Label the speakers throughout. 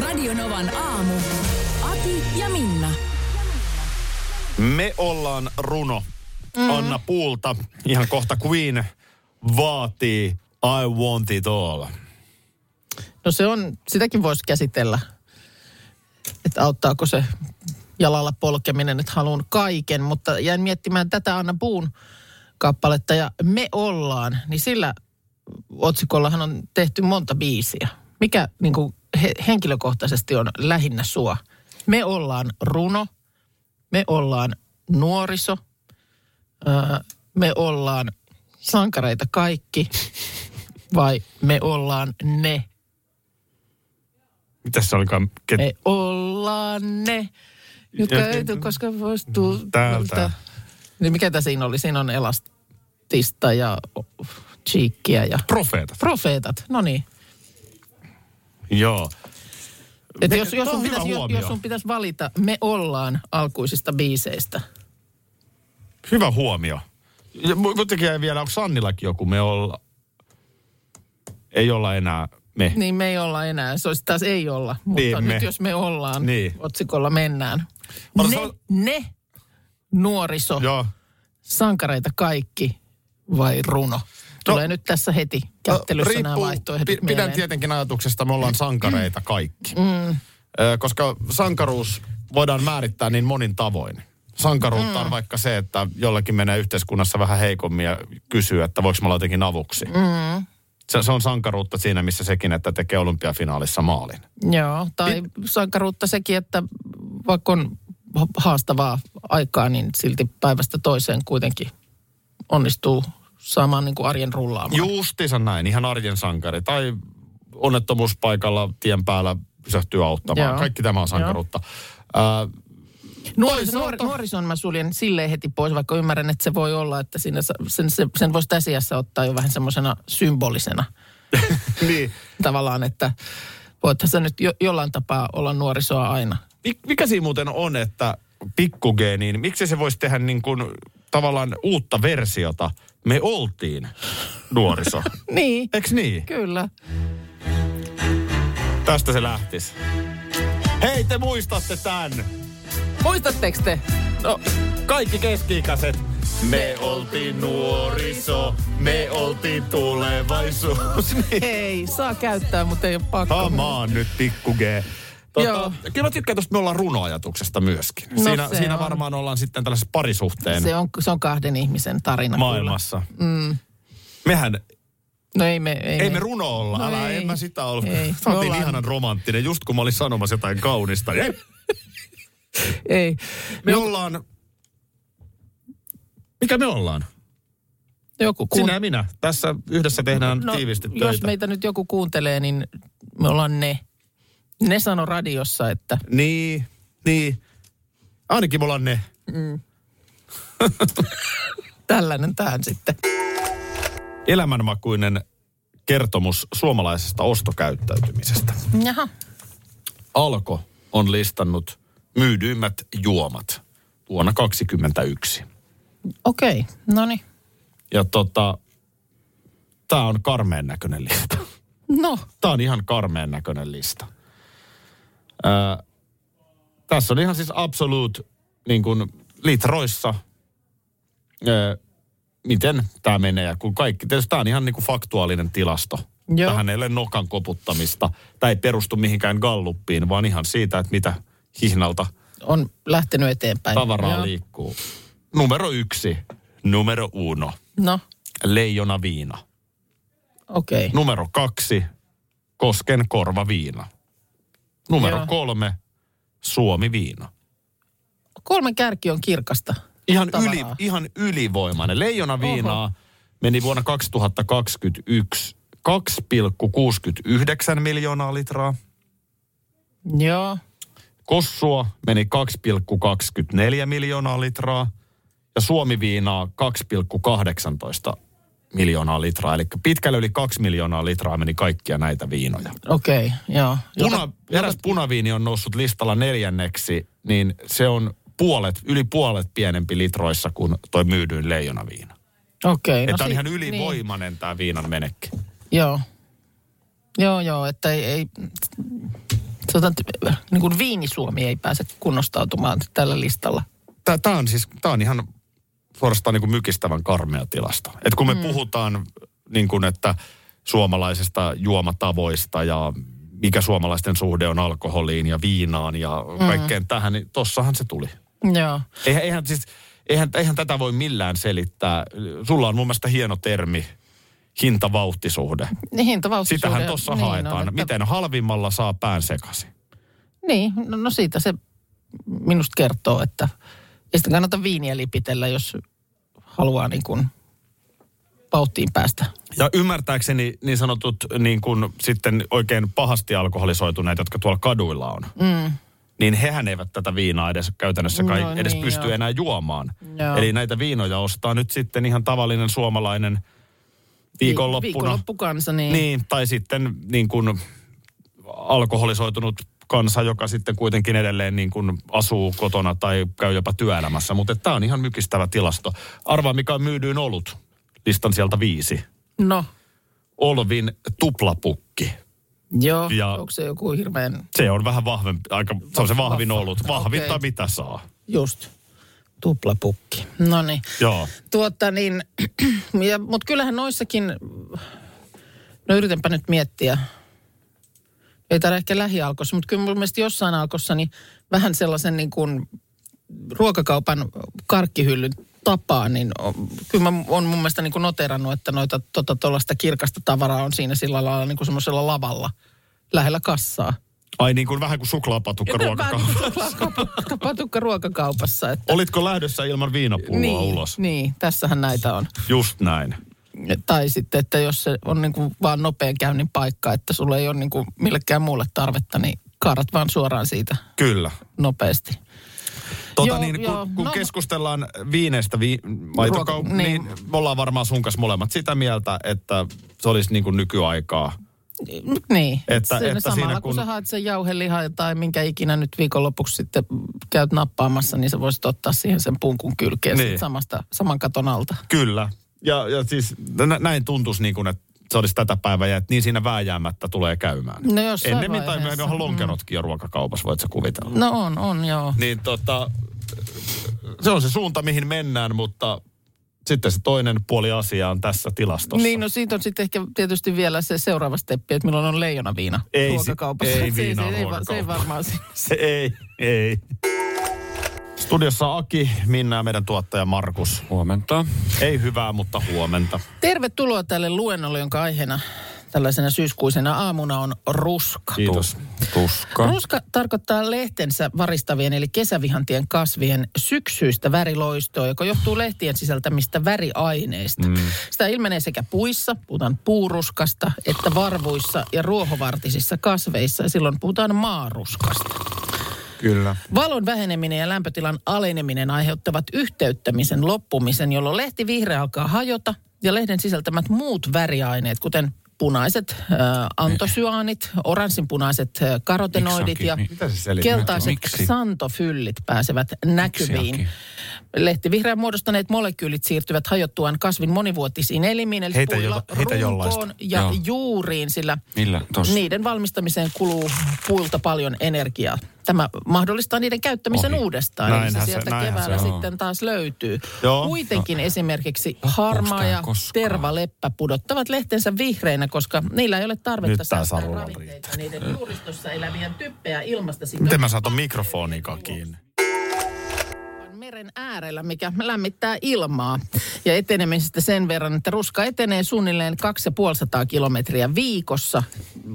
Speaker 1: Radionovan aamu. Ati ja Minna.
Speaker 2: Me ollaan runo. Mm. Anna Puulta, ihan kohta Queen, vaatii I want it all.
Speaker 3: No se on, sitäkin voisi käsitellä. Että auttaako se jalalla polkeminen, että haluan kaiken. Mutta jäin miettimään tätä Anna Puun kappaletta ja Me ollaan, niin sillä otsikollahan on tehty monta biisiä. Mikä niin kuin he, henkilökohtaisesti on lähinnä sua? Me ollaan runo, me ollaan nuoriso, ää, me ollaan sankareita kaikki vai me ollaan ne?
Speaker 2: Mitäs se olikaan? Ket...
Speaker 3: Me ollaan ne, jotka
Speaker 2: Ja-
Speaker 3: ei tule koskaan pois tuu-
Speaker 2: Mm, Täältä.
Speaker 3: tuolta. Niin mikä tämä siinä oli? Siinä on elastista ja chiikkiä ja
Speaker 2: Profeetat.
Speaker 3: profeetat. No niin.
Speaker 2: Joo. Me-
Speaker 3: Että jos, jos,
Speaker 2: toi on
Speaker 3: sun
Speaker 2: hyvä
Speaker 3: pitäisi, jos,
Speaker 2: huomio.
Speaker 3: jos sun pitäisi valita Me ollaan alkuisista biiseistä.
Speaker 2: Hyvä huomio. Ja mu- Muutenkin jäi vielä, onko Sannillakin joku? Me olla... Ei olla enää me.
Speaker 3: Niin me ei olla enää. Se olisi taas ei olla. Mutta
Speaker 2: Niin,
Speaker 3: nyt
Speaker 2: me.
Speaker 3: jos me ollaan,
Speaker 2: Niin.
Speaker 3: niin. otsikolla mennään.
Speaker 2: Oota,
Speaker 3: Ne,
Speaker 2: se on-
Speaker 3: ne, nuoriso,
Speaker 2: Joo.
Speaker 3: sankareita kaikki vai runo? Tulee nyt tässä heti kättelyssä nämä vaihtoehdot
Speaker 2: No, pi- Pidän
Speaker 3: mieleen.
Speaker 2: tietenkin ajatuksesta, me ollaan sankareita kaikki. Mm. Koska sankaruus voidaan määrittää niin monin tavoin. Sankaruutta mm. on vaikka se, että jollakin menee yhteiskunnassa vähän heikommin ja kysyy, että voiko mä olla jotenkin avuksi. Mm. Se, se on sankaruutta siinä, missä sekin, että tekee olympiafinaalissa maalin.
Speaker 3: Joo, tai sankaruutta sekin, että vaikka on ha- haastavaa aikaa, niin silti päivästä toiseen kuitenkin onnistuu saamaan niin kuin arjen rullaamaan.
Speaker 2: Justiinsa näin, ihan arjen sankari. Tai onnettomuuspaikalla tien päällä pysähtyy auttamaan. Joo.
Speaker 3: Joo.
Speaker 2: Kaikki tämä on sankaruutta. Ää,
Speaker 3: Nuoris, nuor, nuorison mä suljen silleen heti pois, vaikka ymmärrän, että se voi olla, että siinä, sa- sen, sen, sen voisi tässä iässä ottaa jo vähän semmoisena symbolisena
Speaker 2: niin.
Speaker 3: tavallaan, että voithan sä nyt jo, jollain tapaa olla nuorisoa aina.
Speaker 2: Mik- Mikä siinä muuten on, että pikkugeeniin, miksi se voisi tehdä niin kuin tavallaan uutta versiota? Me oltiin nuoriso.
Speaker 3: Niin,
Speaker 2: Eks niin?
Speaker 3: kyllä.
Speaker 2: Tästä se lähtisi. Hei, te muistatte tämän.
Speaker 3: Muistatteko te?
Speaker 2: No, kaikki keski-ikäiset. Me oltiin nuoriso, me oltiin tulevaisuus. Niin.
Speaker 3: Ei, saa käyttää, mutta ei ole pakko.
Speaker 2: Hamaan nyt pikku G. Tota,
Speaker 3: Joo.
Speaker 2: kyllä mä tykkään tuosta me ollaan runoajatuksesta myöskin.
Speaker 3: No
Speaker 2: siinä
Speaker 3: se
Speaker 2: siinä
Speaker 3: on.
Speaker 2: varmaan ollaan sitten tällaisessa parisuhteen
Speaker 3: Se on, se on kahden ihmisen tarina. kyllä.
Speaker 2: maailmassa. Mm. Mehän,
Speaker 3: No ei me... Ei,
Speaker 2: ei me runo olla,
Speaker 3: No
Speaker 2: älä,
Speaker 3: ei.
Speaker 2: en mä sitä ollut.
Speaker 3: Ei.
Speaker 2: Sä oot
Speaker 3: Me
Speaker 2: niin
Speaker 3: ollaan-
Speaker 2: ihanan romanttinen, just kun mä olin sanomassa jotain kaunista. Ei,
Speaker 3: Ei.
Speaker 2: me ollaan... Mikä me ollaan?
Speaker 3: Joku
Speaker 2: Kun...
Speaker 3: kuun...
Speaker 2: Sinä ja minä. Tässä yhdessä tehdään no, tiivisti töitä.
Speaker 3: Jos meitä nyt joku kuuntelee, niin me ollaan ne. Ne sano radiossa, että
Speaker 2: Niin, niin. Ainakin me ollaan ne.
Speaker 3: tällainen tähän sitten.
Speaker 2: elämänmakuinen kertomus suomalaisesta ostokäyttäytymisestä.
Speaker 3: Jaha.
Speaker 2: Alko on listannut myydyimmät juomat vuonna 2021.
Speaker 3: Okei, okay. no niin.
Speaker 2: Ja tota, tämä on karmeen näköinen lista.
Speaker 3: No,
Speaker 2: Tämä on ihan karmeen näköinen lista. Ää, tässä on ihan siis absoluut niin kuin litroissa, ää, miten tämä menee. Ja kun kaikki, tietysti tämä on ihan niin kuin faktuaalinen tilasto.
Speaker 3: Joo.
Speaker 2: Tähän ei ole nokan koputtamista. Tämä ei perustu mihinkään galluppiin, vaan ihan siitä, että mitä hihnalta
Speaker 3: on lähtenyt eteenpäin.
Speaker 2: tavaraa
Speaker 3: Joo.
Speaker 2: liikkuu. Numero yksi, numero uno,
Speaker 3: No,
Speaker 2: leijona viina.
Speaker 3: okei. Okay.
Speaker 2: Numero kaksi, Kosken korvaviina. Numero
Speaker 3: Joo.
Speaker 2: kolme, Suomi viina.
Speaker 3: Kolmen kärki on kirkasta.
Speaker 2: Ihan,
Speaker 3: Tavaraa.
Speaker 2: yli, ihan ylivoimainen. Leijona viinaa meni vuonna 2021 2,69 miljoonaa litraa.
Speaker 3: Joo.
Speaker 2: Kossua meni 2,24 miljoonaa litraa ja Suomi-viinaa 2,18 miljoonaa litraa. Eli pitkälle yli 2 miljoonaa litraa meni kaikkia näitä viinoja.
Speaker 3: Okei, okay, joo.
Speaker 2: Puna, eräs punaviini on noussut listalla neljänneksi, niin se on puolet, yli puolet pienempi litroissa kuin toi myydyin leijonaviina.
Speaker 3: Okei.
Speaker 2: No että on
Speaker 3: sit-
Speaker 2: ihan ylivoimainen niin. tämä viinan menekki.
Speaker 3: Joo. Joo, joo, että ei, ei sanotaan, että niin kuin viinisuomi ei pääse kunnostautumaan tällä listalla.
Speaker 2: Tämä on siis, tää on ihan suorastaan niin kuin mykistävän karmea tilasta. Et kun me mm. puhutaan niin kuin, että suomalaisista juomatavoista ja mikä suomalaisten suhde on alkoholiin ja viinaan ja kaikkeen tähän, niin tossahan se tuli.
Speaker 3: Joo.
Speaker 2: Eihän, eihän, siis, eihän, eihän tätä voi millään selittää. Sulla on mun mielestä hieno termi, hinta-vauhtisuhde.
Speaker 3: Niin, hintavauhtisuuden-
Speaker 2: Sitähän tuossa
Speaker 3: niin,
Speaker 2: haetaan.
Speaker 3: että-
Speaker 2: Miten halvimmalla saa pään sekaisin?
Speaker 3: Niin, no, no siitä se minusta kertoo, että ei sitä kannata viiniä lipitellä, jos haluaa niin kuin pauttiin päästä.
Speaker 2: Ja ymmärtääkseni niin sanotut niin kuin sitten oikein pahasti alkoholisoituneet, jotka tuolla kaduilla on, mm. niin hehän eivät tätä viinaa edes käytännössä kai
Speaker 3: No
Speaker 2: no, edes
Speaker 3: niin,
Speaker 2: niin, pysty
Speaker 3: joo.
Speaker 2: jo. enää juomaan.
Speaker 3: Joo.
Speaker 2: Eli näitä viinoja ostaa nyt sitten ihan tavallinen suomalainen
Speaker 3: Vi-
Speaker 2: viikonloppuna.
Speaker 3: Viikonloppukansa, niin, niin.
Speaker 2: Niin, tai sitten niin kuin alkoholisoitunut kansa, joka sitten kuitenkin edelleen niin kuin asuu kotona tai käy jopa työelämässä. Mutta tämä on ihan mykistävä tilasto. Arvaa, mikä on myydyin ollut. Listan sieltä viisi.
Speaker 3: no,
Speaker 2: Olvin tuplapukki.
Speaker 3: joo, ja.
Speaker 2: Ja-
Speaker 3: onko se joku hirveän,
Speaker 2: Se on vähän vahvempi, aika, se on se vahvin ollut. Vahvinta
Speaker 3: Okei.
Speaker 2: okay. mitä saa.
Speaker 3: just, tuplapukki. No niin.
Speaker 2: Joo.
Speaker 3: Tuota niin, mutta kyllähän noissakin, no yritänpä nyt miettiä, ei täällä ehkä lähialkossa, mutta kyllä mun mielestä jossain alkossa niin vähän sellaisen niin kuin ruokakaupan karkkihyllyn tapaa, niin on, kyllä mä on mun mielestä niin kuin noterannut, että noita tuota tuollaista kirkasta tavaraa on siinä sillä lailla niin kuin semmoisella lavalla lähellä kassaa.
Speaker 2: Ai niin kuin vähän kuin suklaapatukka ruokakauppa.
Speaker 3: niin Patukka ruokakaupassa. Että,
Speaker 2: Olitko lähdössä ilman viinapulloa ulos?
Speaker 3: niin, tässähän näitä on.
Speaker 2: Just näin.
Speaker 3: Tai sitten, että jos se on niin kuin vaan nopean käynnin paikka, että sulla ei ole niin kuin millekään muulle tarvetta, niin kaarat vaan suoraan siitä
Speaker 2: Kyllä.
Speaker 3: nopeasti.
Speaker 2: Tota
Speaker 3: Joo,
Speaker 2: joo, niin, kun,
Speaker 3: joo.
Speaker 2: kun
Speaker 3: No-
Speaker 2: no, keskustellaan viineistä, vi, maitokau-
Speaker 3: Ruoka- niin.
Speaker 2: niin. niin me ollaan varmaan sun kanssa molemmat sitä mieltä, että se olisi niin kuin nykyaikaa.
Speaker 3: Niin,
Speaker 2: Että-
Speaker 3: siinä
Speaker 2: että
Speaker 3: samalla
Speaker 2: siinä
Speaker 3: kun...
Speaker 2: kun-
Speaker 3: sä haet sen jauhelihaa tai minkä ikinä nyt viikonlopuksi sitten käyt nappaamassa, niin sä voisit ottaa siihen sen punkun kylkeen
Speaker 2: Niin.
Speaker 3: niin. samasta, saman katon alta.
Speaker 2: Kyllä. Ja, ja siis nä- näin tuntuisi niin kuin, että se olisi tätä päivää ja että niin siinä vääjäämättä tulee käymään.
Speaker 3: No jossain
Speaker 2: Ennemmin tai myöhemmin
Speaker 3: vaiheessa. Mm.
Speaker 2: onhan lonkerotkin jo ruokakaupassa, voit sä kuvitella.
Speaker 3: No on, on joo.
Speaker 2: Niin tota, se on se suunta, mihin mennään, mutta sitten se toinen puoli asiaa on tässä tilastossa.
Speaker 3: Niin, no siitä on sitten ehkä tietysti vielä se seuraava steppi, että milloin on leijonaviina
Speaker 2: Ei si-
Speaker 3: ruokakaupassa.
Speaker 2: ei
Speaker 3: se,
Speaker 2: viina
Speaker 3: se, ei, va- se ei
Speaker 2: ruokakaupassa.
Speaker 3: varmaan siinä.
Speaker 2: Se ei, ei. Studiossa Aki, Minna ja meidän tuottaja Markus.
Speaker 4: Huomenta.
Speaker 2: Ei hyvää, mutta huomenta.
Speaker 3: Tervetuloa tälle luennolle, jonka aiheena tällaisena syyskuisena aamuna on ruska.
Speaker 2: Kiitos.
Speaker 4: Tuska.
Speaker 3: Ruska tarkoittaa lehtensä varistavien eli kesävihantien kasvien syksyistä väriloistoa, joka johtuu lehtien sisältämistä väriaineista. Mm. Sitä ilmenee sekä puissa, puhutaan puuruskasta, että varvuissa ja ruohovartisissa kasveissa. Ja silloin puhutaan maaruskasta.
Speaker 4: Kyllä.
Speaker 3: Valon väheneminen ja lämpötilan aleneminen aiheuttavat yhteyttämisen loppumisen, jolloin lehti vihreä alkaa hajota ja lehden sisältämät muut väriaineet, kuten punaiset äh, antosyaanit, oranssinpunaiset äh, karotenoidit
Speaker 4: Miksi
Speaker 3: ja
Speaker 4: onkin? Mi-
Speaker 2: Mitä se selittää?
Speaker 3: keltaiset
Speaker 4: Miksi?
Speaker 3: santofyllit pääsevät näkyviin.
Speaker 4: onkin?
Speaker 3: Lehtivihreän muodostaneet molekyylit siirtyvät hajottuaan kasvin monivuotisiin elimiin, eli
Speaker 2: Heitä
Speaker 3: puilla,
Speaker 2: jolla- heitä
Speaker 3: runkoon
Speaker 2: jollaista. Niin.
Speaker 3: ja
Speaker 4: Joo.
Speaker 3: juuriin, sillä
Speaker 4: Millä? Tossa.
Speaker 3: niiden valmistamiseen kuluu puilta paljon energiaa. Tämä mahdollistaa niiden käyttämisen
Speaker 4: Ohi.
Speaker 3: uudestaan.
Speaker 2: Näinhän
Speaker 3: eli
Speaker 2: se-
Speaker 3: sieltä
Speaker 2: näinhän
Speaker 3: keväällä
Speaker 4: se on.
Speaker 3: sitten taas löytyy.
Speaker 2: Joo. No.
Speaker 3: Kuitenkin esimerkiksi
Speaker 4: Onko
Speaker 3: harmaa
Speaker 4: tää
Speaker 3: ja
Speaker 4: koskaan?
Speaker 3: tervaleppä pudottavat lehtensä vihreinä, koska niillä ei ole tarvetta
Speaker 2: Nyt tää
Speaker 3: säästää
Speaker 2: Sarulla
Speaker 3: ravinteita. Niiden juuristossa elävien typpeä ilmasta
Speaker 2: Miten mä saatan mikrofoniikaan kiinni?
Speaker 3: meren äärellä, mikä lämmittää ilmaa. Ja etenemisestä sen verran, että ruska etenee suunnilleen 2500 kilometriä viikossa.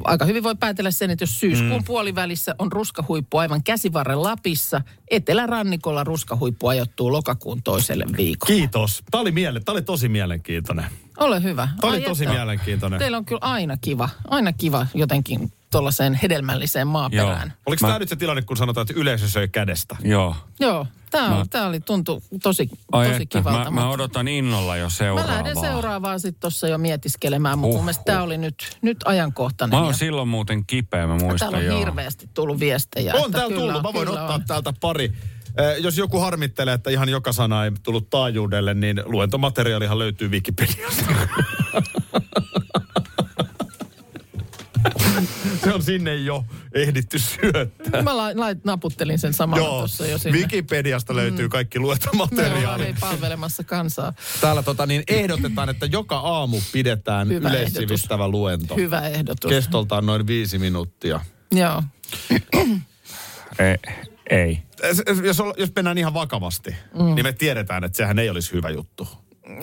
Speaker 3: Aika hyvin voi päätellä sen, että jos syyskuun mm. puolivälissä on ruskahuippu aivan käsivarren Lapissa, etelärannikolla ruskahuippu ajoittuu lokakuun toiselle viikolle.
Speaker 2: Kiitos. Tämä oli, miele- tää oli tosi mielenkiintoinen.
Speaker 3: Ole hyvä.
Speaker 2: Tämä
Speaker 3: Ai
Speaker 2: oli tosi
Speaker 3: että.
Speaker 2: mielenkiintoinen.
Speaker 3: Teillä on kyllä aina kiva, aina kiva jotenkin tuollaiseen hedelmälliseen maaperään.
Speaker 2: Oliko
Speaker 4: Mä-
Speaker 2: tämä nyt se tilanne, kun sanotaan, että yleisö söi kädestä?
Speaker 4: Joo.
Speaker 3: Joo, Joo tämä
Speaker 4: Mä-
Speaker 3: mä... oli tuntu tosi,
Speaker 4: Ai
Speaker 3: tosi
Speaker 4: että,
Speaker 3: kivalta.
Speaker 4: mä, mä odotan innolla jo
Speaker 3: mä
Speaker 4: seuraavaa.
Speaker 3: lähden seuraavaan sitten tuossa jo mietiskelemään, mutta
Speaker 4: Huh,
Speaker 3: mun mielestä tämä
Speaker 4: huh.
Speaker 3: oli nyt, nyt ajankohtainen.
Speaker 4: Mä oon
Speaker 3: ja-
Speaker 4: silloin muuten kipeä, mä
Speaker 3: ja Täällä
Speaker 4: muistan
Speaker 3: on
Speaker 4: joo.
Speaker 3: hirveästi tullut viestejä.
Speaker 2: On
Speaker 3: että
Speaker 2: täällä
Speaker 3: kyllä-
Speaker 2: tullut, mä voin
Speaker 3: kyllä
Speaker 2: ottaa
Speaker 3: on.
Speaker 2: täältä pari. Eh, Jos joku harmittelee, että ihan joka sana ei tullut taajuudelle, niin luentomateriaalihan löytyy Wikipediasta. Se on sinne jo ehditty syöttää.
Speaker 3: Mä la, la, naputtelin sen samalla
Speaker 2: Joo,
Speaker 3: tuossa jo sinne. Mm.
Speaker 2: Wikipediasta löytyy kaikki
Speaker 3: Me ollaan
Speaker 2: luentomateriaali.
Speaker 3: hei palvelemassa kansaa.
Speaker 2: Täällä tota, niin ehdotetaan, että joka aamu pidetään
Speaker 3: Hyvä
Speaker 2: yleissivistävä luento.
Speaker 3: Hyvä ehdotus.
Speaker 2: Kestoltaan noin viisi minuuttia.
Speaker 3: Joo.
Speaker 4: Ei, ei.
Speaker 2: Es- es- Jos, olla- jos mennään ihan vakavasti,
Speaker 3: Mm.
Speaker 2: niin me tiedetään, että sehän ei olisi hyvä juttu.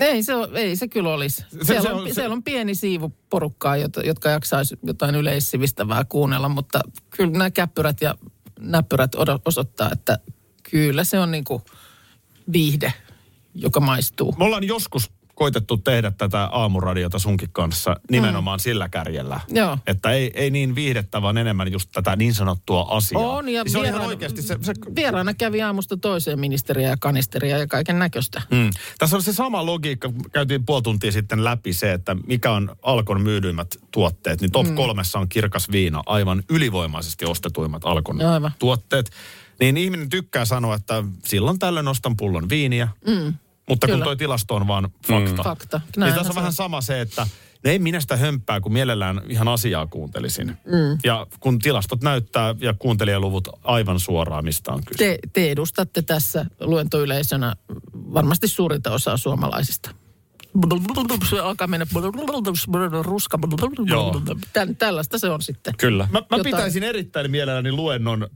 Speaker 3: Ei se, o- ei se kyllä olisi. Siellä,
Speaker 2: se
Speaker 3: on,
Speaker 2: on- se-
Speaker 3: siellä on pieni siivu porukkaa, jota, jotka jaksaisi jotain yleissivistävää kuunnella, mutta kyllä nämä käppyrät ja näppyrät odo- osoittaa, että kyllä se on niinku viihde, joka maistuu.
Speaker 2: Me ollaan joskus koitettu tehdä tätä aamuradiota sunkin kanssa nimenomaan mm. sillä kärjellä.
Speaker 3: Joo.
Speaker 2: Että ei, ei niin viihdettä, vaan enemmän just tätä niin sanottua asiaa. Niin
Speaker 3: On, ja
Speaker 2: se on ihan
Speaker 3: vieraan-
Speaker 2: oikeasti se... se
Speaker 3: Vieraana kävi aamusta toiseen ministeriä ja kanisteria ja kaiken näköistä.
Speaker 2: mm. Tässä on se sama logiikka, käytiin puoli tuntia sitten läpi se, että mikä on Alkon myydyimmät tuotteet. Niin top mm. kolmessa on kirkas viina, aivan ylivoimaisesti ostetuimmat Alkon
Speaker 3: Aivan.
Speaker 2: tuotteet. Niin ihminen tykkää sanoa, että silloin tällöin ostan pullon viiniä, mm. mutta kun
Speaker 3: Kyllä. Mm.
Speaker 2: toi tilasto on vaan fakta.
Speaker 3: Fakta.
Speaker 2: Niin
Speaker 3: Näinhän
Speaker 2: tässä on
Speaker 3: se
Speaker 2: vähän
Speaker 3: on.
Speaker 2: sama se, että ne ei minä sitä hömppää, kun mielellään ihan asiaa kuuntelisin. Mm. Ja kun tilastot näyttää ja kuuntelijaluvut aivan suoraan, mistä on kyse.
Speaker 3: Te, te edustatte tässä luentoyleisönä varmasti suurinta osaa suomalaisista. Se alkaa mennä ruska.
Speaker 2: Joo.
Speaker 3: Tän, tällaista se on sitten.
Speaker 2: Kyllä. Mä, mä
Speaker 3: Jotain.
Speaker 2: pitäisin erittäin mielelläni luennon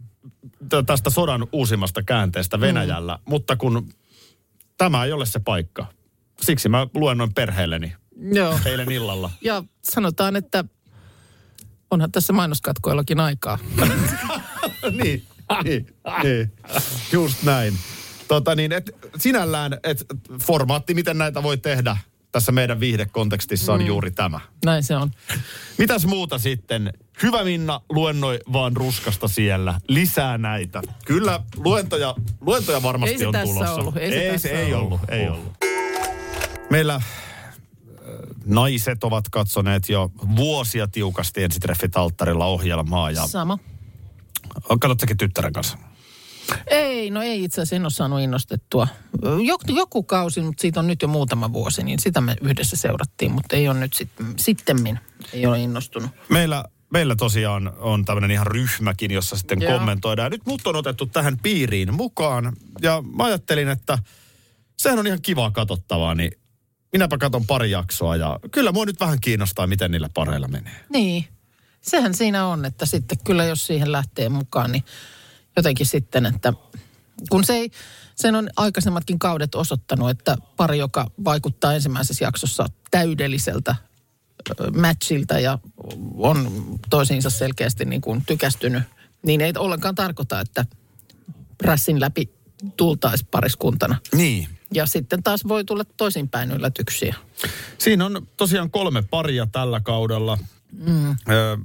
Speaker 2: t- tästä sodan uusimmasta käänteestä Venäjällä, mm. mutta kun tämä ei ole se paikka. Siksi mä luennoin perheelleni
Speaker 3: Joo.
Speaker 2: eilen illalla.
Speaker 3: Ja sanotaan, että onhan tässä mainoskatkoillakin aikaa.
Speaker 2: niin, niin, niin, just näin. Tota niin, et sinällään et formaatti, miten näitä voi tehdä tässä meidän viihdekontekstissa on juuri tämä.
Speaker 3: Näin se on.
Speaker 2: Mitäs muuta sitten? Hyvä Minna, luennoi vaan ruskasta siellä. Lisää näitä. Kyllä, luentoja, luentoja varmasti
Speaker 3: Ei se
Speaker 2: on
Speaker 3: tässä
Speaker 2: tulossa.
Speaker 3: ollut, ei se
Speaker 2: ei,
Speaker 3: tässä
Speaker 2: se ei
Speaker 3: ollut.
Speaker 2: ollut. Ei ollut. Meillä äh, naiset ovat katsoneet jo vuosia tiukasti ensitreffit alttarilla ohjelmaa. Ja
Speaker 3: Sama.
Speaker 2: katsottekin tyttären kanssa?
Speaker 3: Ei, no ei itse asiassa en ole saanut innostettua. Joku, joku kausi, mutta siitä on nyt jo muutama vuosi, niin sitä me yhdessä seurattiin, mutta ei ole nyt sit, sittemmin, ei ole innostunut.
Speaker 2: Meillä, meillä tosiaan on tämmöinen ihan ryhmäkin, jossa sitten
Speaker 3: Joo.
Speaker 2: Joo. kommentoidaan. Nyt mut on otettu tähän piiriin mukaan ja mä ajattelin, että sehän on ihan kivaa katsottavaa, niin minäpä katson pari jaksoa ja kyllä mua nyt vähän kiinnostaa, miten niillä pareilla menee.
Speaker 3: Niin, sehän siinä on, että sitten kyllä jos siihen lähtee mukaan, niin jotenkin sitten, että kun se ei, sen on aikaisemmatkin kaudet osoittanut, että pari, joka vaikuttaa ensimmäisessä jaksossa täydelliseltä ö, matchilta ja on toisiinsa selkeästi niin kuin tykästynyt, niin ei ollenkaan tarkoita, että prässin läpi tultaisi pariskuntana.
Speaker 2: Niin.
Speaker 3: Ja sitten taas voi tulla toisinpäin yllätyksiä.
Speaker 2: Siinä on tosiaan kolme paria tällä kaudella. Mm.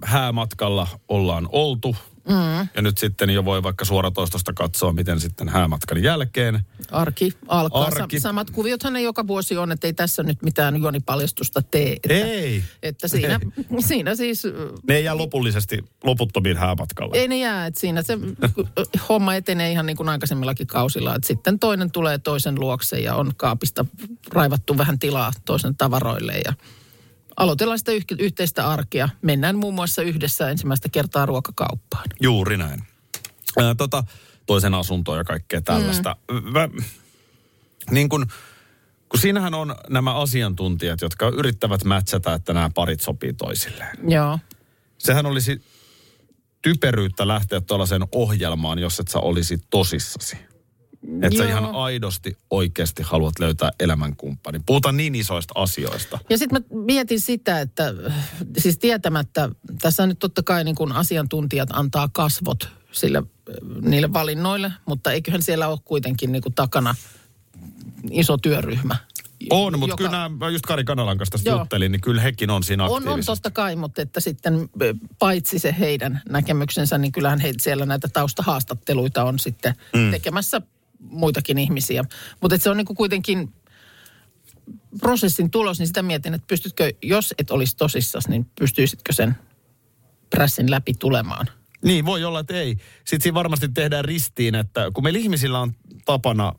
Speaker 2: Häämatkalla ollaan oltu. Mm. Ja nyt sitten jo voi vaikka suoratoistosta katsoa, miten sitten häämatkan jälkeen.
Speaker 3: Arki alkaa.
Speaker 2: Arki.
Speaker 3: Arki. Samat kuviothan ne joka vuosi on, että ei tässä nyt mitään juonipaljastusta tee. Että,
Speaker 2: Ei.
Speaker 3: Että siinä, siinä siis, äh,
Speaker 2: Ne ei jää lopullisesti loputtomiin häämatkalle.
Speaker 3: ei ne jää, että siinä se äh, homma etenee ihan niin kuin aikaisemmillakin kausilla. Että sitten toinen tulee toisen luokse ja on kaapista raivattu vähän tilaa toisen tavaroille ja aloitellaan sitä yh- yhteistä arkea. Mennään muun muassa yhdessä ensimmäistä kertaa ruokakauppaan.
Speaker 2: Juuri näin. Ää, tota, toisen asuntoa ja kaikkea tällaista. Mm. Mä, niin kun, kun siinähän on nämä asiantuntijat, jotka yrittävät mätsätä, että nämä parit sopii toisilleen.
Speaker 3: Joo,
Speaker 2: Sehän olisi typeryyttä lähteä tuollaiseen ohjelmaan, jos et sä olisi tosissasi. Että sä
Speaker 3: Joo.
Speaker 2: ihan aidosti, oikeasti haluat löytää elämänkumppanin. Puhutaan niin isoista asioista.
Speaker 3: Ja sitten mä mietin sitä, että äh, siis tietämättä, tässä nyt totta kai niin kun asiantuntijat antaa kasvot sille, äh, niille valinnoille, mutta eiköhän siellä ole kuitenkin niin kun takana iso työryhmä.
Speaker 2: On, mutta
Speaker 3: joka-
Speaker 2: kyllä nämä, just Kari Kanalan kanssa tästä
Speaker 3: Joo.
Speaker 2: juttelin, niin kyllä hekin on siinä
Speaker 3: On, on
Speaker 2: aktiivisesti.
Speaker 3: totta kai, mutta että sitten ö, paitsi se heidän näkemyksensä, niin kyllähän he siellä näitä taustahaastatteluita on sitten mm. tekemässä muitakin ihmisiä. Mutta että se on niin kuitenkin prosessin tulos, niin sitä mietin, että pystytkö, jos et olisi tosissas, niin pystyisitkö sen prässin läpi tulemaan?
Speaker 2: Niin, voi olla, että ei. Sitten siinä varmasti tehdään ristiin, että kun meillä ihmisillä on tapana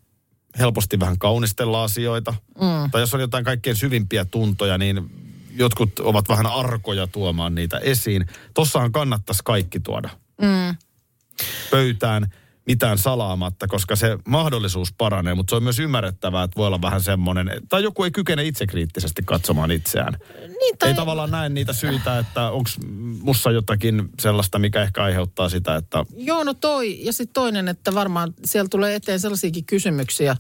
Speaker 2: helposti vähän kaunistella asioita, mm. tai jos on jotain kaikkein syvimpiä tuntoja, niin jotkut ovat vähän arkoja tuomaan niitä esiin. Tossahan kannattaisi kaikki tuoda mm. pöytään mitään salaamatta, koska se mahdollisuus paranee, mutta se on myös ymmärrettävää, että voi olla vähän semmoinen, tai joku ei kykene itsekriittisesti katsomaan itseään.
Speaker 3: Niin,
Speaker 2: Ei tavallaan näe niitä syitä, että onko mussa jotakin sellaista, mikä ehkä aiheuttaa sitä, että
Speaker 3: Joo, no toi. Ja sitten toinen, että varmaan siellä tulee eteen sellaisiakin kysymyksiä,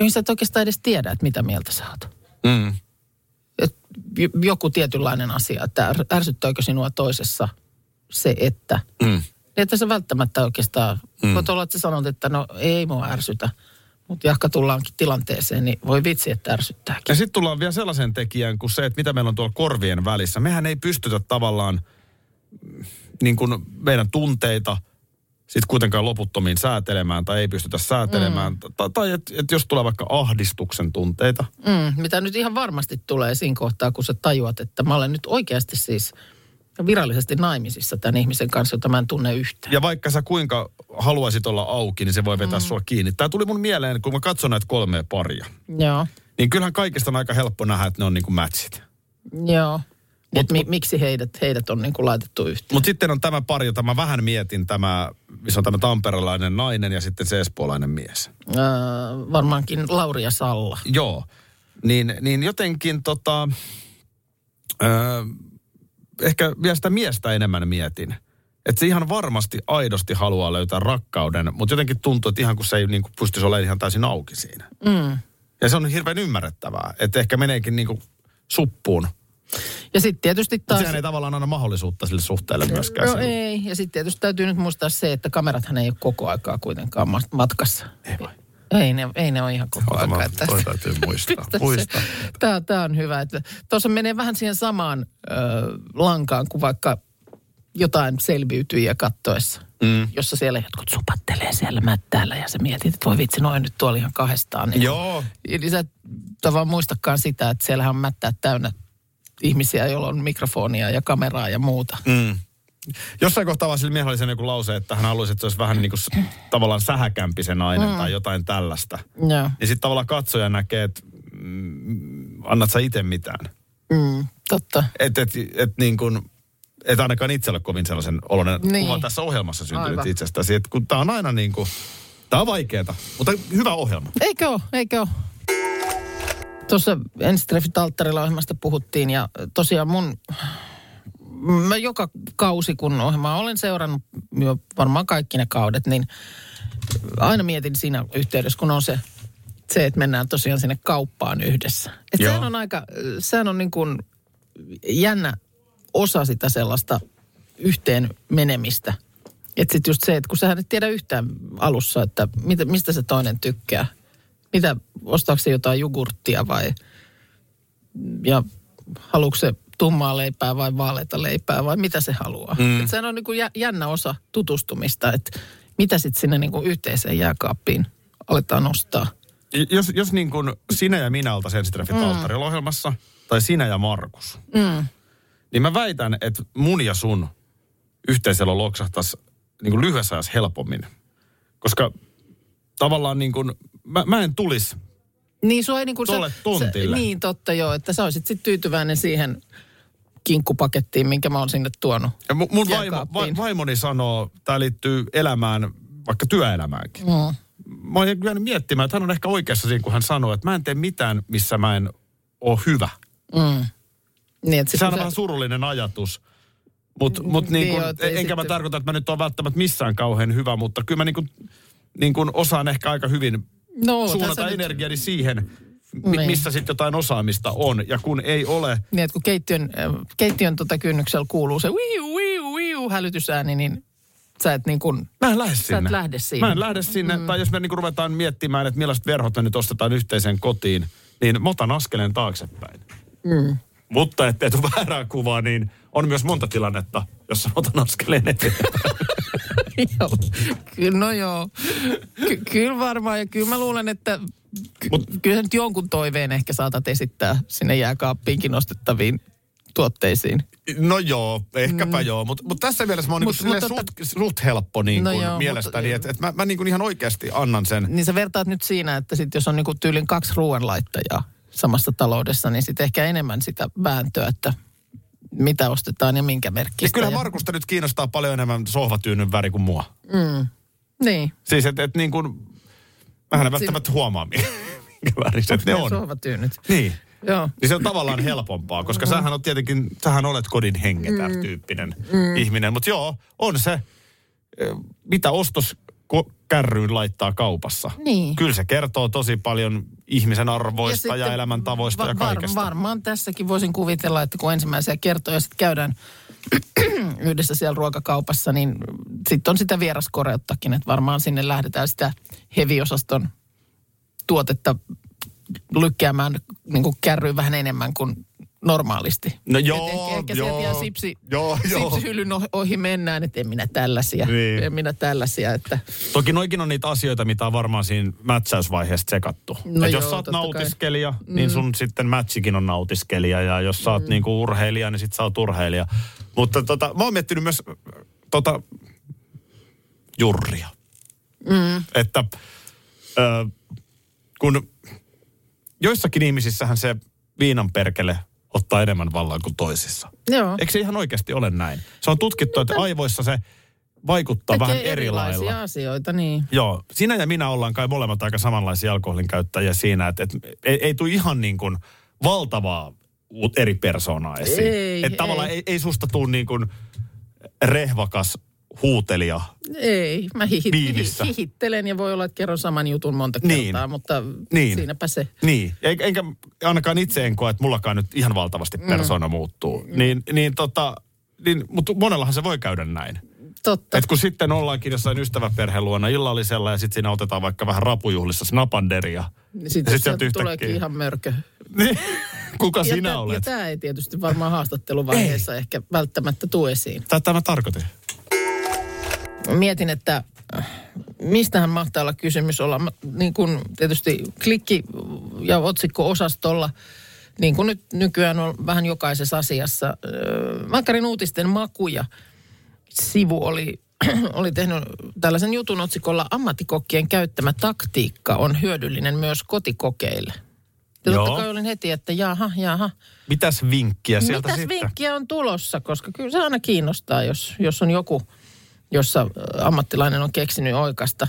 Speaker 3: joihin sä et oikeastaan edes tiedä, että mitä mieltä sä oot.
Speaker 2: mm.
Speaker 3: Et j- joku tietynlainen asia, että är- ärsyttääkö sinua toisessa se, että... Mm. Että sä välttämättä oikeastaan, mm. voit olla, että sä sanot, että no ei mua ärsytä, mutta jahka tullaankin tilanteeseen, niin voi vitsi, että ärsyttääkin.
Speaker 2: Ja sitten tullaan vielä sellaisen tekijän kuin se, että mitä meillä on tuolla korvien välissä. Mehän ei pystytä tavallaan mm, niin kuin meidän tunteita sitten kuitenkaan loputtomiin säätelemään tai ei pystytä säätelemään. Mm. Tai, tai että et jos tulee vaikka ahdistuksen tunteita.
Speaker 3: Mm, mitä nyt ihan varmasti tulee siinä kohtaa, kun sä tajuat, että mä olen nyt oikeasti siis virallisesti naimisissa tämän ihmisen kanssa, jota mä en tunne yhtään.
Speaker 2: Ja vaikka sä kuinka haluaisit olla auki, niin se voi vetää mm. sua kiinni. Tämä tuli mun mieleen, kun mä katson näitä kolmea paria.
Speaker 3: Joo.
Speaker 2: Niin kyllähän kaikista on aika helppo nähdä, että ne on niin kuin matchit.
Speaker 3: Joo.
Speaker 2: Mut-
Speaker 3: Mut, mi- miksi heidät, heidät on niin kuin laitettu yhteen?
Speaker 2: Mutta sitten on tämä pari, jota mä vähän mietin, tämä, missä on tämä tamperelainen nainen ja sitten se espoolainen mies.
Speaker 3: Öö, varmaankin Lauri ja Salla.
Speaker 2: Joo. Niin, niin jotenkin tota, öö, ehkä vielä sitä miestä enemmän mietin. Että se ihan varmasti aidosti haluaa löytää rakkauden, mutta jotenkin tuntuu, että ihan kun se ei niin kuin pystyisi olemaan ihan täysin auki siinä. Mm. Ja se on hirveän ymmärrettävää, että ehkä meneekin niin kuin suppuun.
Speaker 3: Ja sitten tietysti
Speaker 2: Mutta
Speaker 3: taas...
Speaker 2: sehän ei tavallaan anna mahdollisuutta sille suhteelle myöskään.
Speaker 3: No
Speaker 2: sille.
Speaker 3: ei, ja sitten tietysti täytyy nyt muistaa se, että kamerathan ei ole koko aikaa kuitenkaan ma- matkassa. Ei
Speaker 2: vai?
Speaker 3: Ei ne, ei ne ole ihan koko
Speaker 2: Ota, mä-
Speaker 3: aikaa. että-
Speaker 2: toi täytyy muistaa.
Speaker 3: Pistä se.
Speaker 2: Muista.
Speaker 3: Tää, tää on hyvä. että Tuossa menee vähän siihen samaan ö, lankaan kuin vaikka jotain selviytyjiä kattoessa, mm. jossa siellä jotkut supattelee siellä mättäällä ja sä mietit, että voi vitsi, noin nyt tuolla ihan kahdestaan. Niin
Speaker 2: Joo,
Speaker 3: Eli sä et tavallaan muistakaan sitä, että siellähän on mättää täynnä ihmisiä, joilla on mikrofonia ja kameraa ja muuta.
Speaker 2: Mm. Jossain kohtaa vaan sillä miehellä oli sen joku lause, että hän haluaisi, että se olisi vähän niin kuin tavallaan sähäkämpi se nainen mm. tai jotain tällaista.
Speaker 3: Joo.
Speaker 2: Niin sitten tavallaan katsoja näkee, että mm, annat sä itse mitään.
Speaker 3: Mm, totta.
Speaker 2: Että et, et niin kuin, et ainakaan itse ole kovin sellaisen oloinen niin.
Speaker 3: Niin.
Speaker 2: kuva tässä ohjelmassa syntynyt
Speaker 3: Aivan.
Speaker 2: itsestäsi. Et kun tää on aina niin kuin, tää on vaikeeta, mutta hyvä ohjelma.
Speaker 3: Eikö ole, eikö ole. Tuossa Ensitreffit alttarilla ohjelmasta puhuttiin ja tosiaan mun, mä joka kausi kun ohjelmaa olen seurannut, jo varmaan kaikki ne kaudet, niin aina mietin siinä yhteydessä, kun on se, se että mennään tosiaan sinne kauppaan yhdessä. Et
Speaker 2: Joo.
Speaker 3: sehän on aika, sehän on niin kuin jännä osa sitä sellaista yhteen menemistä. Että sitten just se, että kun sähän et tiedä yhtään alussa, että mitä, mistä se toinen tykkää. Mitä, ostaako se jotain jogurttia vai, ja haluatko se tummaa leipää vai vaaleita leipää vai mitä se haluaa. Mm. Et sehän on niin kuin jännä osa tutustumista, että mitä sitten sinne niin kuin yhteiseen jääkaappiin aletaan ostaa.
Speaker 2: Jos, jos niin kuin sinä ja minä oltaisiin ensitreffit mm. alttarilla ohjelmassa, tai sinä ja Markus, mm. niin mä väitän, että mun ja sun yhteiselo loksahtaisi niin kuin lyhyessä ajassa helpommin. Koska tavallaan niin kuin, mä, mä en tulisi.
Speaker 3: Niin sua ei niin kuin
Speaker 2: Tuolle tontille.
Speaker 3: niin totta joo, että sä olisit sitten tyytyväinen siihen kinkkupakettiin, minkä mä oon sinne tuonut.
Speaker 2: Ja mu- mun vaimo, va,
Speaker 3: Jääkaappiin.
Speaker 2: vaimoni sanoo, tämä liittyy elämään, vaikka työelämäänkin.
Speaker 3: Mm.
Speaker 2: Mä oon jäänyt miettimään, että hän on ehkä oikeassa siinä, kun hän sanoo, että mä en tee mitään, missä mä en ole hyvä.
Speaker 3: Mm. Niin, että sit
Speaker 2: Sehän
Speaker 3: kun
Speaker 2: on
Speaker 3: sä-
Speaker 2: vähän surullinen ajatus. Mutta mut
Speaker 3: Niin
Speaker 2: niin kuin,
Speaker 3: joo, et ei
Speaker 2: enkä mä
Speaker 3: sitten-
Speaker 2: tarkoita, että mä nyt oon välttämättä missään kauhean hyvä, mutta kyllä mä niin kuin, niin kuin osaan ehkä aika hyvin
Speaker 3: no, oothan
Speaker 2: suunnata
Speaker 3: sä nyt-
Speaker 2: energiani siihen, mi-
Speaker 3: Niin.
Speaker 2: missä sitten jotain osaamista on. Ja kun ei ole,
Speaker 3: Niin, että kun keittiön, äh, keittiön tota kynnyksellä kuuluu se wiu, wiu, wiu hälytysääni, niin sä et niin kuin,
Speaker 2: mä en lähde
Speaker 3: sä
Speaker 2: sinne.
Speaker 3: et lähde
Speaker 2: Mä
Speaker 3: siihen.
Speaker 2: niinku en lähde sinne. Mm. Tai jos me niin kuin ruvetaan miettimään, että millaiset verhot me nyt ostetaan yhteiseen kotiin, niin mä otan askeleen taaksepäin. Mm. Mutta ettei tule väärää kuvaa, niin on myös monta tilannetta, jossa mä otan askeleen eteenpäin.
Speaker 3: Joo. kyllä, no joo. Ky- kyllä varmaan, ja kyllä mä luulen, että ky-
Speaker 2: Mut-
Speaker 3: kyllä sä nyt jonkun toiveen ehkä saatat esittää sinne jääkaappiinkin nostettaviin tuotteisiin.
Speaker 2: No joo, ehkäpä mm. joo, mutta mut tässä mielessä mä oon
Speaker 3: Mut-
Speaker 2: niinku mut,
Speaker 3: mut
Speaker 2: suht, suht helppo niin
Speaker 3: No
Speaker 2: kuin
Speaker 3: joo, mut-
Speaker 2: mielestäni, että et mä, mä niinku ihan oikeasti annan sen.
Speaker 3: Niin sä vertaat nyt siinä, että sit jos on niinku tyylin kaksi ruoanlaittajaa samassa taloudessa, niin sitten ehkä enemmän sitä vääntöä, että mitä ostetaan ja minkä merkistä.
Speaker 2: Ja Siis kyllä
Speaker 3: ja-
Speaker 2: Markusta nyt kiinnostaa paljon enemmän sohvatyynyn väri kuin mua.
Speaker 3: Niin.
Speaker 2: Siis et, et niin kuin, mähän en välttämättä huomaa, mi- minkä väriset ne
Speaker 3: Ne
Speaker 2: on.
Speaker 3: Sohvatyynyt.
Speaker 2: Niin.
Speaker 3: Joo.
Speaker 2: Niin se on tavallaan helpompaa,
Speaker 3: Mm.
Speaker 2: koska sähän on tietenkin, sähän olet kodin hengetär-tyyppinen
Speaker 3: Mm.
Speaker 2: ihminen. Mutta joo, on se, ö, mitä ostos ko- kärryyn laittaa kaupassa.
Speaker 3: Niin.
Speaker 2: Kyllä se kertoo tosi paljon ihmisen arvoista ja,
Speaker 3: sitten
Speaker 2: ja elämäntavoista ja kaikesta.
Speaker 3: Var, varmaan tässäkin voisin kuvitella, että kun ensimmäisiä kertoja sitten käydään yhdessä siellä ruokakaupassa, niin sitten on sitä vieraskoreuttakin, että varmaan sinne lähdetään sitä heviosaston tuotetta lykkäämään niin kuin kärryyn vähän enemmän kuin normaalisti.
Speaker 2: No
Speaker 3: Et
Speaker 2: joo,
Speaker 3: ehkä, ehkä
Speaker 2: joo,
Speaker 3: sieltä ihan sipsi,
Speaker 2: joo, joo.
Speaker 3: sipsihyllyn ohi- ohi mennään, että en minä tällaisia,
Speaker 2: Niin.
Speaker 3: niin. en minä tällaisia, että
Speaker 2: Toki noikin on niitä asioita, mitä on varmaan siinä mätsäysvaiheessa tsekattu.
Speaker 3: No
Speaker 2: Et
Speaker 3: joo,
Speaker 2: jos sä oot
Speaker 3: totta kai.
Speaker 2: nautiskelija, mm. niin sun sitten mätsikin on nautiskelija. Ja jos sä oot mm. niinku urheilija, niin sit sä oot urheilija. Mutta tota, mä oon miettinyt myös äh, tota, jurria. Mm. Että ö, kun joissakin ihmisissähän se viinan perkele ottaa enemmän vallan kuin toisissa.
Speaker 3: joo.
Speaker 2: Eikö se ihan oikeasti ole näin? Se on tutkittu, että aivoissa se vaikuttaa
Speaker 3: Tekee
Speaker 2: vähän eri
Speaker 3: erilaisia
Speaker 2: lailla.
Speaker 3: asioita, niin.
Speaker 2: Joo, sinä ja minä ollaan kai molemmat aika samanlaisia alkoholin käyttäjiä siinä, että, että ei, ei tule ihan niin kuin valtavaa uut- eri persoonaa esiin.
Speaker 3: Ei,
Speaker 2: että tavallaan ei, ei susta tule niin kuin rehvakas huutelija.
Speaker 3: Ei, mä hihi-
Speaker 2: Viinissä.
Speaker 3: hihi- hihittelen ja voi olla, että kerron saman jutun monta
Speaker 2: Niin.
Speaker 3: kertaa, mutta
Speaker 2: Niin.
Speaker 3: siinäpä se.
Speaker 2: Niin, e- enkä ainakaan itse en koe, että mullakaan nyt ihan valtavasti
Speaker 3: Mm.
Speaker 2: persoona muuttuu. Niin, niin tota, niin, mutta monellahan se voi käydä näin.
Speaker 3: Totta.
Speaker 2: Et kun sitten ollaankin jossain ystäväperheen luona illallisella ja sitten siinä otetaan vaikka vähän rapujuhlissa snapanderia.
Speaker 3: Niin Sitten
Speaker 2: sit
Speaker 3: sit
Speaker 2: sieltä yhtäkkiä-
Speaker 3: tuleekin ihan mörkö.
Speaker 2: Niin, Kuka
Speaker 3: ja
Speaker 2: sinä
Speaker 3: tä- Ja
Speaker 2: olet?
Speaker 3: tämä ei tietysti varmaan haastatteluvaiheessa ehkä välttämättä tule esiin.
Speaker 2: Tätä mä tarkoitin.
Speaker 3: Mietin, että äh, mistähän mahtaa olla kysymys olla. Mä- Niin kuin tietysti klikki- ja otsikko-osastolla, niin kuin nyt nykyään on vähän jokaisessa asiassa. Äh, Maikkarin uutisten makuja sivu oli, oli tehnyt tällaisen jutun otsikolla ammattikokkien käyttämä taktiikka on hyödyllinen myös kotikokeille. Ja
Speaker 2: Joo.
Speaker 3: totta kai olin heti, että jaha, jaha.
Speaker 2: Mitäs vinkkiä sieltä
Speaker 3: Mitäs
Speaker 2: sitten?
Speaker 3: vinkkiä on tulossa? Koska kyllä se aina kiinnostaa, jos, jos on joku, jossa ö, ammattilainen on keksinyt oikasta.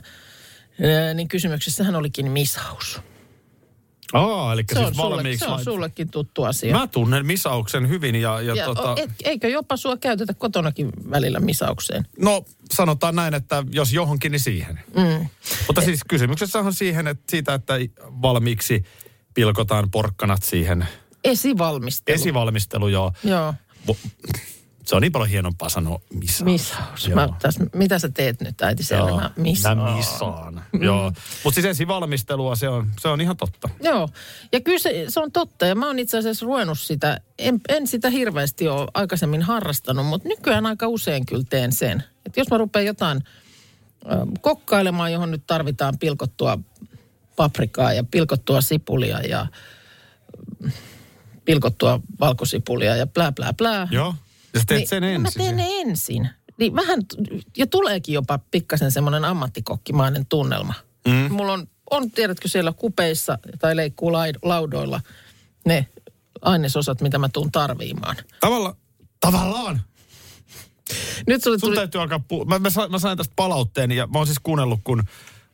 Speaker 3: Ö, Niin kysymyksessähän olikin misaus.
Speaker 2: Aa, eli
Speaker 3: Se
Speaker 2: siis
Speaker 3: on, sulle,
Speaker 2: valmiiksi
Speaker 3: se on
Speaker 2: lait-
Speaker 3: sullekin tuttu asia.
Speaker 2: Mä tunnen misauksen hyvin ja, ja,
Speaker 3: ja,
Speaker 2: tota,
Speaker 3: o- et, eikö jopa sua käytetä kotonakin välillä misaukseen?
Speaker 2: no sanotaan näin, että jos johonkin, niin siihen. Mm. Mutta siis kysymyksessä on siihen, että siitä, että valmiiksi pilkotaan porkkanat siihen.
Speaker 3: Esivalmistelu.
Speaker 2: Esivalmistelu, joo.
Speaker 3: Joo,
Speaker 2: Vo- Se on niin paljon hienompaa sanoa misaus.
Speaker 3: misaus.
Speaker 2: Joo.
Speaker 3: Mä taas, mitä sä teet nyt, äiti siellä? Mä misaan. Mm.
Speaker 2: Mä missaan. Joo. Mutta siis ensivalmistelua, se on, se on ihan totta.
Speaker 3: Joo, ja kyllä se, se on totta. Ja mä oon itse asiassa ruvennut sitä, en, en sitä hirveästi ole aikaisemmin harrastanut, mutta nykyään aika usein kyllä teen sen. Että jos mä rupean jotain ö, kokkailemaan, johon nyt tarvitaan pilkottua paprikaa ja pilkottua sipulia ja mm, pilkottua valkosipulia ja plää, plää, plää.
Speaker 2: Joo. Ja sä teet
Speaker 3: Niin,
Speaker 2: sen
Speaker 3: no
Speaker 2: ensin.
Speaker 3: Mä teen ne ensin. Niin vähän, ja tuleekin jopa pikkasen semmoinen ammattikokkimainen tunnelma. Mm. Mulla on, on, tiedätkö, siellä kupeissa tai leikkuulaudoilla ne ainesosat, mitä mä tuun tarviimaan.
Speaker 2: Tavalla, tavallaan.
Speaker 3: Nyt sulle
Speaker 2: Sun
Speaker 3: tuli...
Speaker 2: täytyy alkaa puhua. Mä, mä, sain, mä sain tästä palautteen ja mä oon siis kuunnellut, kun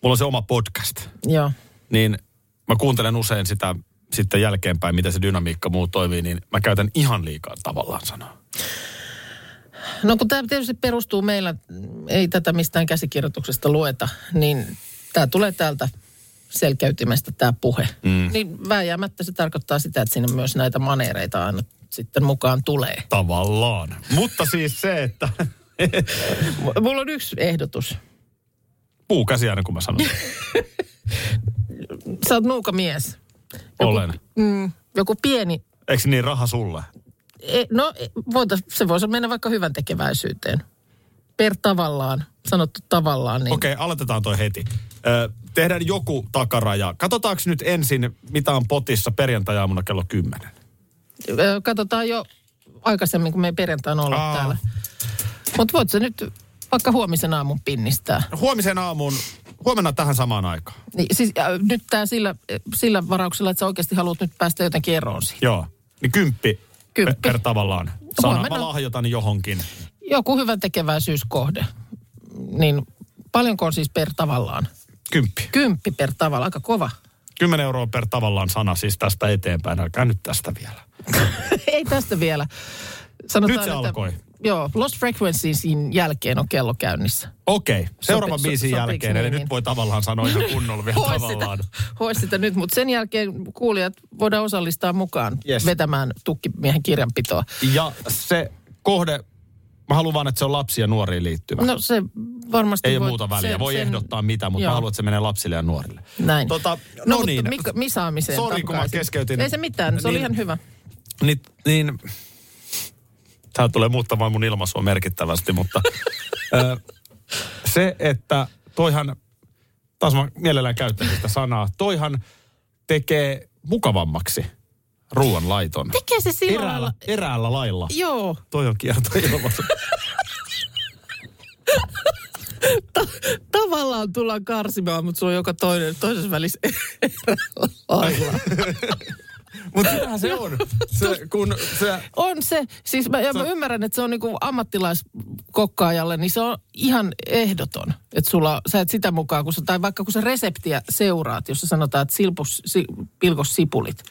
Speaker 2: mulla on se oma podcast.
Speaker 3: Joo.
Speaker 2: Niin mä kuuntelen usein sitä sitten jälkeenpäin, miten se dynamiikka muu toimii, niin mä käytän ihan liikaa tavallaan sanaa.
Speaker 3: No kun tämä tietysti perustuu meillä, ei tätä mistään käsikirjoituksesta lueta, niin tämä tulee täältä selkeytimestä tämä puhe. Mm. Niin vääjäämättä se tarkoittaa sitä, että sinne myös näitä maneereita aina sitten mukaan tulee.
Speaker 2: Tavallaan. Mutta siis se, että
Speaker 3: M- Mulla on yksi ehdotus.
Speaker 2: puu käsi aina, kun mä sanon.
Speaker 3: Sä oot nuuka mies.
Speaker 2: Olen.
Speaker 3: Mm, joku pieni,
Speaker 2: Eikö niin raha sulle?
Speaker 3: e, no e, voitais, se voisi mennä vaikka hyvän tekeväisyyteen. Per tavallaan, sanottu tavallaan. Niin.
Speaker 2: Okei, okay, aloitetaan toi heti. Ö, tehdään joku takaraja. Katsotaanko nyt ensin, mitä on potissa perjantai-aamuna kello 10?
Speaker 3: Ö, Katsotaan jo aikaisemmin, kun me ei perjantaina olla
Speaker 2: Aa.
Speaker 3: täällä. Mutta voit sä nyt vaikka huomisen aamun pinnistää.
Speaker 2: Huomisen aamuun, huomenna tähän samaan aikaan.
Speaker 3: Niin, siis, äh, nyt tää sillä, äh, sillä varauksella, että sä oikeasti haluat nyt päästä jotenkin eroon siitä.
Speaker 2: Joo. Niin kymppi,
Speaker 3: Kymppi.
Speaker 2: Per, per tavallaan. Sana. Mä
Speaker 3: Huomenna.
Speaker 2: lahjoitan johonkin.
Speaker 3: Joku hyvän tekeväisyyskohde. Niin paljonko on siis per tavallaan?
Speaker 2: Kymppi.
Speaker 3: Kymppi per tavalla, aika kova.
Speaker 2: 10 euroa per tavallaan sana siis tästä eteenpäin. Älkää nyt tästä vielä.
Speaker 3: ei tästä vielä. Sanotaan,
Speaker 2: Nyt se alkoi.
Speaker 3: Joo, Lost Frequenciesin jälkeen on kello käynnissä.
Speaker 2: Okei, seuraavan
Speaker 3: so-
Speaker 2: biisin
Speaker 3: sopiks
Speaker 2: jälkeen.
Speaker 3: niin,
Speaker 2: Eli
Speaker 3: niin?
Speaker 2: nyt voi tavallaan sanoa ihan kunnolla vielä
Speaker 3: Hois sitä,
Speaker 2: tavallaan.
Speaker 3: hois sitä nyt, mutta sen jälkeen kuulijat voidaan osallistaa mukaan
Speaker 2: Yes.
Speaker 3: yes. vetämään tukkimiehen kirjanpitoa.
Speaker 2: Ja se kohde, mä haluan vaan, että se on lapsia ja nuoriin liittyvä.
Speaker 3: No se varmasti
Speaker 2: Ei ole
Speaker 3: voi-
Speaker 2: muuta väliä.
Speaker 3: sen-
Speaker 2: voi
Speaker 3: sen-
Speaker 2: ehdottaa mitä, mutta
Speaker 3: joo.
Speaker 2: mä haluan, että se menee lapsille ja nuorille.
Speaker 3: Näin.
Speaker 2: Tota, no,
Speaker 3: no,
Speaker 2: niin.
Speaker 3: mutta mik, misaamiseen
Speaker 2: Sori, kun mä
Speaker 3: takaisin.
Speaker 2: keskeytin.
Speaker 3: Ei se mitään, se oli
Speaker 2: Niin.
Speaker 3: ihan hyvä.
Speaker 2: Niin, niin... Tämä tulee muuttamaan mun ilmaisua merkittävästi, mutta ö, se, että toihan, taas mä mielellään käytän sitä sanaa, toihan tekee mukavammaksi ruoan laiton.
Speaker 3: Tekee se sillä
Speaker 2: Eräällä,
Speaker 3: lailla.
Speaker 2: eräällä lailla.
Speaker 3: Joo,
Speaker 2: Toi on kiertoilmaisu.
Speaker 3: tavallaan tullaan karsimaan, mutta se on joka toinen, toisessa välissä eräällä lailla.
Speaker 2: Mutta sitähän se on. Se, kun se,
Speaker 3: On se. Siis mä, ja mä ymmärrän, että se on niinku ammattilaiskokkaajalle, niin se on ihan ehdoton. Että sulla, sä et sitä mukaan, kun sä, tai vaikka kun sä reseptiä seuraat, jossa sanotaan, että silpus, si, pilkos sipulit.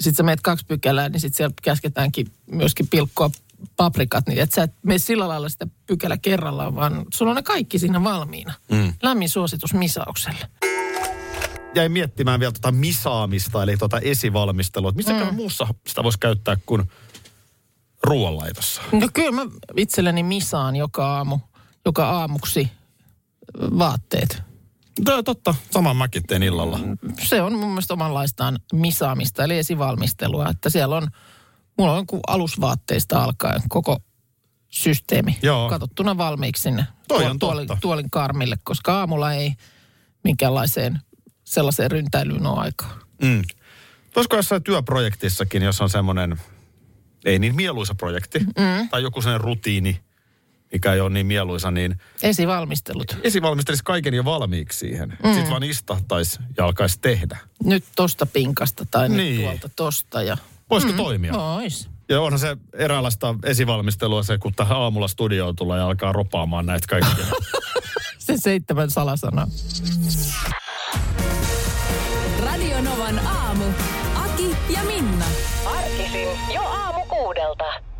Speaker 3: Sitten sä meet kaksi pykälää, niin sitten siellä käsketäänkin myöskin pilkkoa paprikat, niin että sä et mene sillä lailla sitä pykälä kerrallaan, vaan sulla on ne kaikki siinä valmiina. Mm. Lämmin suositus misaukselle.
Speaker 2: jäi miettimään vielä tuota misaamista, eli tuota esivalmistelua. Että Missäkään mm. muussa sitä voisi käyttää kuin ruoanlaitossa.
Speaker 3: No kyllä mä itselleni misaan joka aamu, joka aamuksi vaatteet.
Speaker 2: Tää totta. Saman mäkin teen illalla.
Speaker 3: se on mun mielestä omanlaistaan misaamista, eli esivalmistelua. Että siellä on, mulla on joku alusvaatteista alkaen koko systeemi
Speaker 2: Joo.
Speaker 3: katsottuna valmiiksi sinne
Speaker 2: Toi on
Speaker 3: tuolin,
Speaker 2: totta.
Speaker 3: tuolin karmille, koska aamulla ei minkäänlaiseen sellaiseen ryntäilyyn ole aikaa.
Speaker 2: Mm. Olisiko jossain työprojektissakin, jos on semmoinen, ei niin mieluisa projekti, mm. tai joku sellainen rutiini, mikä ei ole niin mieluisa, niin
Speaker 3: Esivalmistelut.
Speaker 2: esivalmistelisi kaiken jo valmiiksi siihen. Mm. Sitten vaan istahtaisi ja alkaisi tehdä.
Speaker 3: Nyt tosta pinkasta tai
Speaker 2: Niin.
Speaker 3: niin. nyt tuolta tosta. Ja...
Speaker 2: Voisiko mm. toimia?
Speaker 3: No ois.
Speaker 2: Ja onhan se eräänlaista esivalmistelua se, kun tähän aamulla studioon tulee ja alkaa ropaamaan näitä kaikkia.
Speaker 3: Se seitsemän salasanaa.
Speaker 1: Radio Novan aamu. Ati ja Minna.
Speaker 5: Arkisin jo aamu kuudelta.